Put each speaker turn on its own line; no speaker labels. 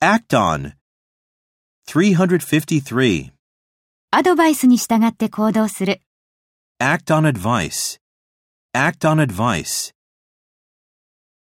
Act on. 353.
アドバイスに従って行動する。
Act on advice. Act on advice.